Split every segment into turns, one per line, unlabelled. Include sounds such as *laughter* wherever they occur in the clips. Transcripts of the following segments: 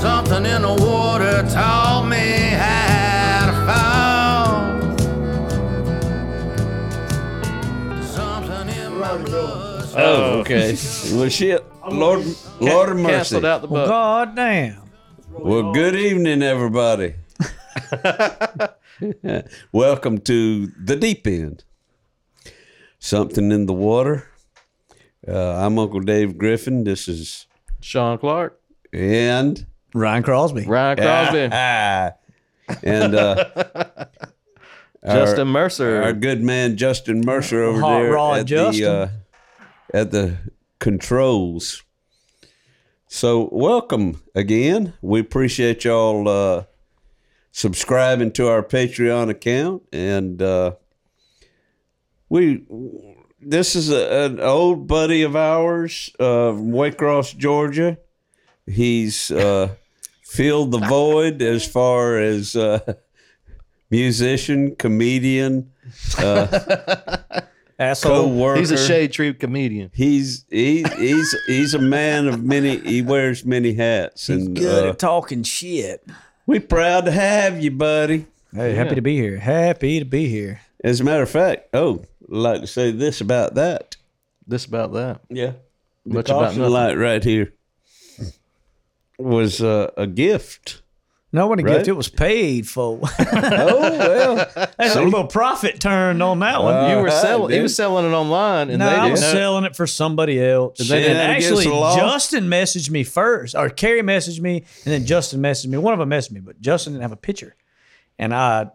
Something in the water taught me how to fall. Something in my blood.
Oh, okay. well, shit. Lord, Lord mercy.
Canceled out the
Well,
book.
God damn.
Well, good evening, everybody. Welcome to the deep end. Something in the water. Uh, I'm Uncle Dave Griffin. This is
Sean Clark,
and
Ryan Crosby.
Ryan Crosby,
*laughs* and uh,
Justin
our
Mercer.
good man Justin Mercer over
Hot
there
Rod
at
Justin.
the uh, at the controls. So welcome again. We appreciate y'all uh, subscribing to our Patreon account, and uh, we this is a, an old buddy of ours uh, from Waycross, Georgia. He's uh, filled the void as far as. Uh, musician, comedian, uh,
*laughs* Asshole.
co-worker.
He's a shade tree comedian.
He's he, he's he's a man of many. He wears many hats,
He's
and
good
uh,
at talking shit.
we proud to have you, buddy.
Hey, happy to be here. Happy to be here.
As a matter of fact, oh, I'd like to say this about that.
This about that.
Yeah, the
Much about
caution
nothing.
light right here was uh, a gift.
No one to
Right?
gift. It was paid for. *laughs*
Oh well,
That's a little profit turned on that one.
you were selling. Uh-huh, He
dude.
was selling it online, Uh, and
no,
they
I
didn't
was
know.
selling it for somebody else.
they didn't-
And
Yeah, against
actually,
the law.
Justin messaged me first, or Carrie messaged me, and then Justin messaged me. One of them messaged me, but Justin didn't have a picture, and I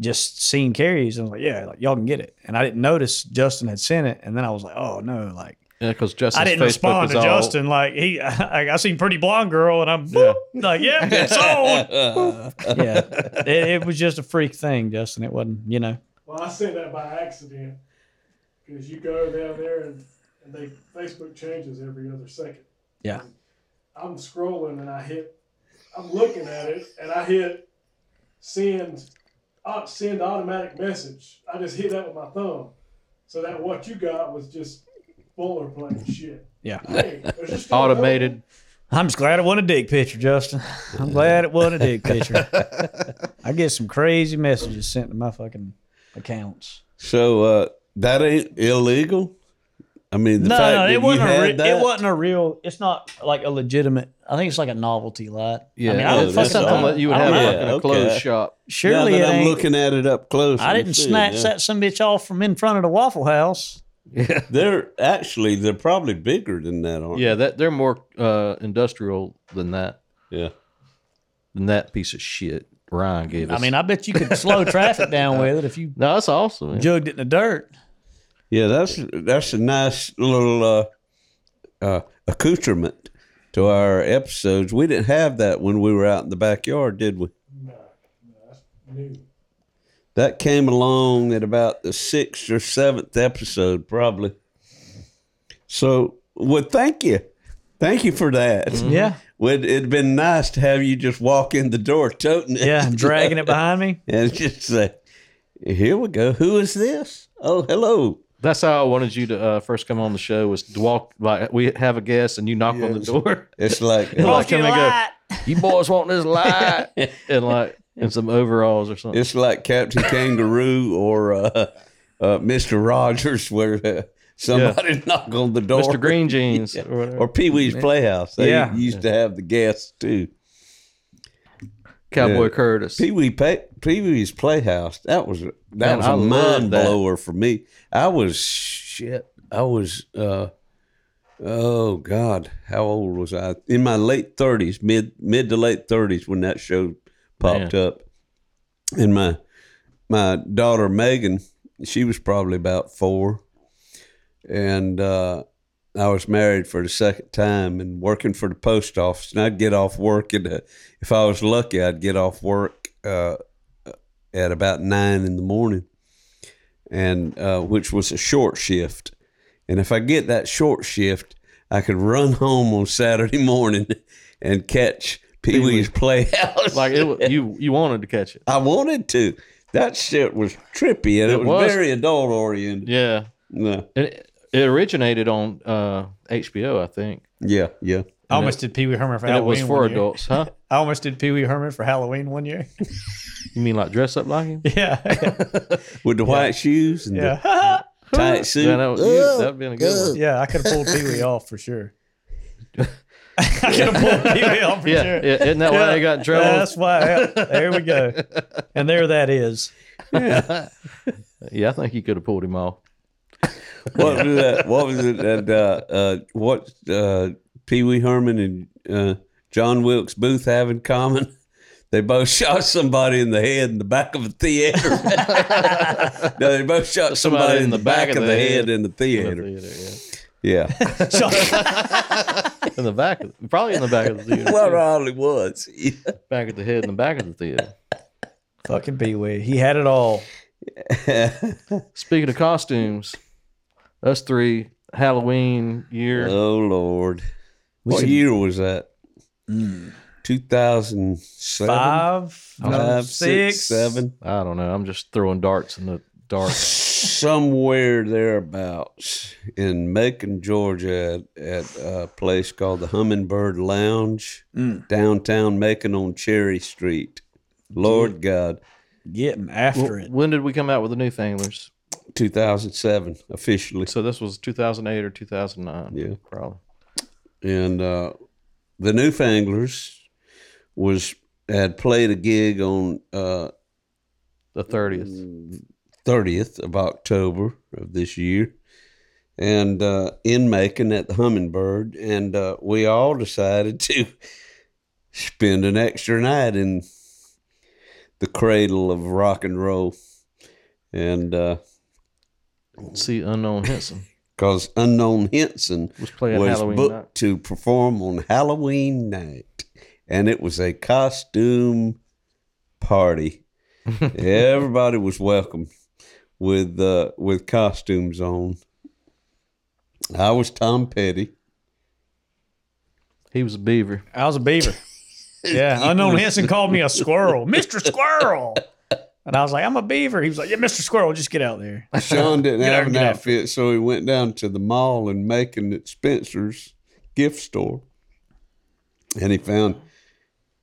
just seen Carrie's and I was like, "Yeah, like y'all can get it." And I didn't notice Justin had sent it, and then I was like, "Oh no!" Like
yeah, because Justin's
I didn't
Facebook
respond
was
to
all,
Justin. Like he, *laughs* I, I seen pretty blonde girl, and I'm boop, like, "Yeah, it's on." yeah, it, it was just a freak thing, Justin. It wasn't, you know.
Well, I said that by accident because you go down there and, and they Facebook changes every other second.
Yeah.
I'm scrolling and I hit, I'm looking at it and I hit send, uh, send automatic message. I just hit that with my thumb, so that what you got was just boilerplate shit.
Yeah.
Hey, there's just no-
automated.
I'm just glad it wasn't a dick picture, Justin. I'm glad it wasn't a dick picture. I get some crazy messages sent to my fucking accounts.
*laughs* so uh, that ain't illegal. I mean, the
No,
fact
no,
that
it
you
wasn't. A
had
re-
that,
it wasn't a real. It's not like a legitimate. I think it's like a novelty light.
Yeah,
I mean, I
oh,
that's
would fuck
that's
something.
something that you would
I
have
don't know.
Yeah,
like in a
okay.
closed shop.
Now
Surely
that
it
I'm
ain't.
looking at it up close,
I
I'm
didn't
seeing,
snatch
yeah.
that some bitch off from in front of the Waffle House.
They're actually they're probably bigger than that, aren't
Yeah, that they're more uh, industrial than that.
they? Yeah.
Than that piece of shit Ryan gave
I
us.
mean, I bet you could slow traffic down with it if you *laughs*
no, that's awesome. man.
jugged it in the dirt.
Yeah, that's that's a nice little uh, uh, accoutrement to our episodes. We didn't have that when we were out in the backyard, did we?
New.
That came along at about the sixth or seventh episode, probably. So, well, thank you, thank you for that.
Mm-hmm. Yeah,
Would it'd been nice to have you just walk in the door toting it,
yeah, dragging it behind me.
*laughs* and just say, "Here we go. Who is this? Oh, hello."
That's how I wanted you to uh, first come on the show was to walk like we have a guest and you knock on the door.
It's like
And like,
Fucking
come and
light.
go, you boys want this light *laughs* and like and some overalls or something.
It's like Captain Kangaroo or uh, uh, Mr. Rogers, where uh, somebody *laughs* knock on the door.
Mr.
*laughs*
Green Jeans or whatever.
or Pee Wee's Playhouse. They
Yeah.
used to have the guests too.
Cowboy
yeah.
Curtis.
Pee Wee Pee Wee's Playhouse. That was that
Man,
was a
I love
mind
that.
blower for me. I was shit. I was uh, oh god, how old was I? In my late thirties, mid mid to late thirties, when that show popped up, and my my daughter Megan, she was probably about four, and uh, I was married for the second time and working for the post office. And I'd get off work at uh, if I was lucky, I'd get off work uh, at about nine in the morning, and uh, which was a short shift. And if I get that short shift, I could run *laughs* home on Saturday morning and catch Pee Wee's *laughs* Playhouse.
Like it, wa- you you wanted to catch it.
I wanted to. That shit was trippy and it,
It
was,
was.
very adult oriented.
Yeah.
Yeah.
It, it originated on uh, HBO, I think.
yeah, yeah,
I almost did Pee Wee Herman for
And it
Halloween.
was for
one year.
adults, huh?
I almost did Pee Wee Herman for Halloween one year.
You mean like dress up like him?
yeah,
with the white shoes and
*laughs* yeah,
the tight suit.
Yeah, that would,
Ugh.
that'd been a good one.
yeah. I could have pulled Pee Wee off
*laughs*
for sure. I could have pulled Pee Wee off for
Yeah,
sure.
yeah, isn't that why they got in trouble?
Yeah, that's why. yeah, there
*laughs*
we go. And there that is.
yeah, I think you could have pulled him off.
What was that? What was it? That, uh, uh, what uh, Pee Wee Herman and uh, John Wilkes Booth have in common? *laughs* They both shot somebody in the head in the back of a theater. *laughs* no, they both shot somebody, in, the back, of the head, in the
In
theater.
the theater, yeah.
*laughs* Yeah,
So,
In the back, of, probably in the back of the theater.
well,
too.
probably was. *laughs* Yeah.
Back of the head in the back of the theater.
fucking Pee Wee. He had it all.
Speaking of costumes, us three Halloween year.
Oh Lord, what year was that? Two thousand seven,
Five,
five, six,
six,
seven,
I don't know. I'm just throwing darts in the dark.
somewhere thereabouts in Macon, Georgia, at, at a place called the Hummingbird Lounge, downtown Macon on Cherry Street. Lord God,
Getting after it.
when did we come out with the Newfanglers?
2007 officially.
So this was 2008 or 2009.
Yeah.
probably.
and uh, the Newfanglers was had played a gig on uh,
The 30th.
30th of October of this year, and uh, in Macon at the Hummingbird, and uh, we all decided to spend an extra night in the cradle of rock and roll, and uh,
See unknown Henson
because unknown Henson
was playing
was
Halloween
booked
night.
to perform on Halloween night, and it was a costume
*laughs*
party. Everybody was welcome with uh, with costumes on. I was Tom Petty.
He was a beaver.
I was
*laughs*
a beaver. Yeah, unknown Henson called me a squirrel, Mister
*laughs*
Squirrel, and I was like, "I'm a beaver." He was like, "Yeah, Mister Squirrel, just get out there."
*laughs*
Sean didn't
Get out,
have an
get out.
outfit, so he went down to the mall and Macon at Spencer's gift store, and he found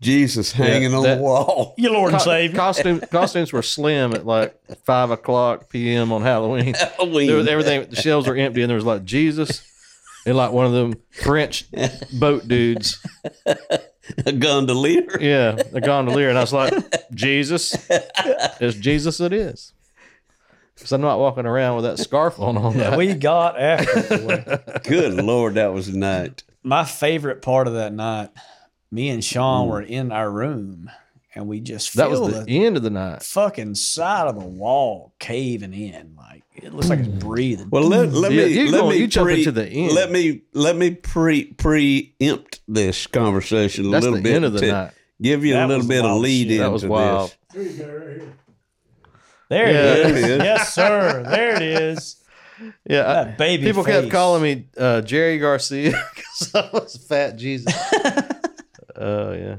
Jesus hanging on
that-
the wall.
Your Lord and Savior. *laughs*
Costume, costumes were slim at like five o'clock p.m. on Halloween. There was everything. The shelves were empty, and there was like Jesus and like one of them French boat dudes.
*laughs* a gondolier.
Yeah, a gondolier, and I was like, Jesus, it's Jesus it is. Because I'm not walking around with that scarf on all night.
we got after it. boy.
Good Lord, that was a night.
*laughs* my favorite part of that night, me and Sean were in our room and we just
that
that
was
feel
the
the,
end of the night.
fucking side of the wall caving in. Like it looks like it's breathing.
Well, let, let
Mm, Yeah,
me
you
let
go-
me
you jump
pre-
into the end.
Let me let me pre preempt this conversation a
That's
little
the
bit
end of the
to
night.
give you
That
a little
was
bit of
wild
lead
shit.
in
That was
to
wild.
this.
Here you go, right here.
there
yeah.
it
There
is.
it is.
yes, sir. There it is.
Yeah, I-
That baby
people kept
face.
calling me uh, Jerry Garcia *laughs* because I was fat Jesus. *laughs* Oh yeah,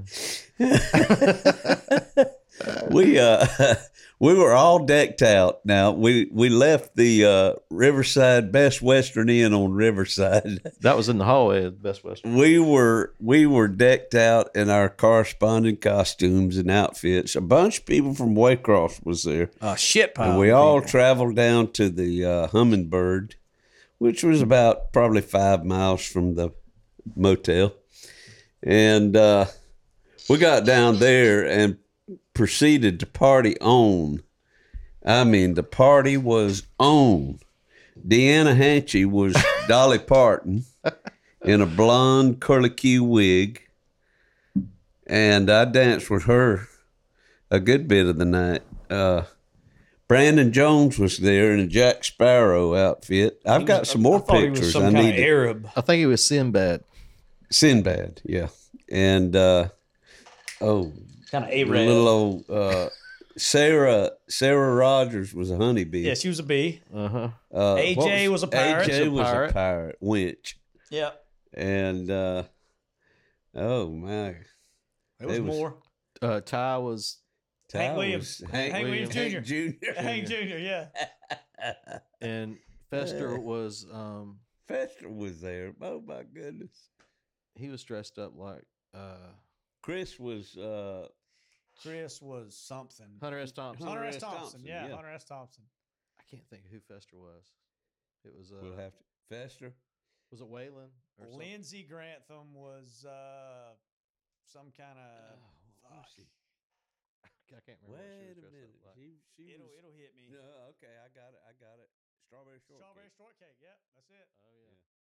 We uh *laughs* we were all decked out. Now we we left the uh, Riverside Best Western Inn on Riverside. *laughs*
that was in the hallway of Best Western.
we were we were decked out in our corresponding costumes and outfits. A bunch of people from Waycross was there.
A shit pile.
And we all traveled down to the uh, Hummingbird, which was about probably five miles from the motel. And uh, we got down there and proceeded to party on. I mean, the party was on. Deanna Hanchey
*laughs*
was Dolly Parton in a blonde curlicue wig. And I danced with her a good bit of the night. Uh, Brandon Jones was there in a Jack Sparrow outfit. I've got some more
I thought he was
pictures.
some
I
kind
need
of
to-
Arab.
I think it was Sinbad.
Sinbad, yeah. And uh, oh,
Kind of
the
Arab.
little old uh, Sarah Sarah Rogers was a honeybee.
yeah, she was a bee.
Uh huh.
Uh, what
AJ was, a pirate.
AJ was
pirate.
a pirate winch,
Yeah.
and uh, oh my,
There was,
It was-
more.
Uh, Ty was
Hank
That
Williams.
was-
Hank Williams
Hank Jr. *laughs*
Hank Jr., yeah.
and Fester was um
Fester was there. Oh my goodness.
he was dressed up like uh,
Chris was uh,
Chris was something.
Hunter S. Thompson.
Hunter S. Thompson. Yeah,
yeah.
Hunter S. Thompson.
I can't think of who Fester was. It was uh,
will have to Fester.
was it Waylon or something?
Lindsey Grantham was uh, some kind of.
Oh, what was she?
I Uh, can't remember. what she was
Wait a
dressed up
minute.
like.
She, she
It'll
was,
it'll hit me.
No, okay, Uh, I got it. I got it. Strawberry shortcake.
Strawberry shortcake. Yep, that's it.
Oh yeah.
Yeah.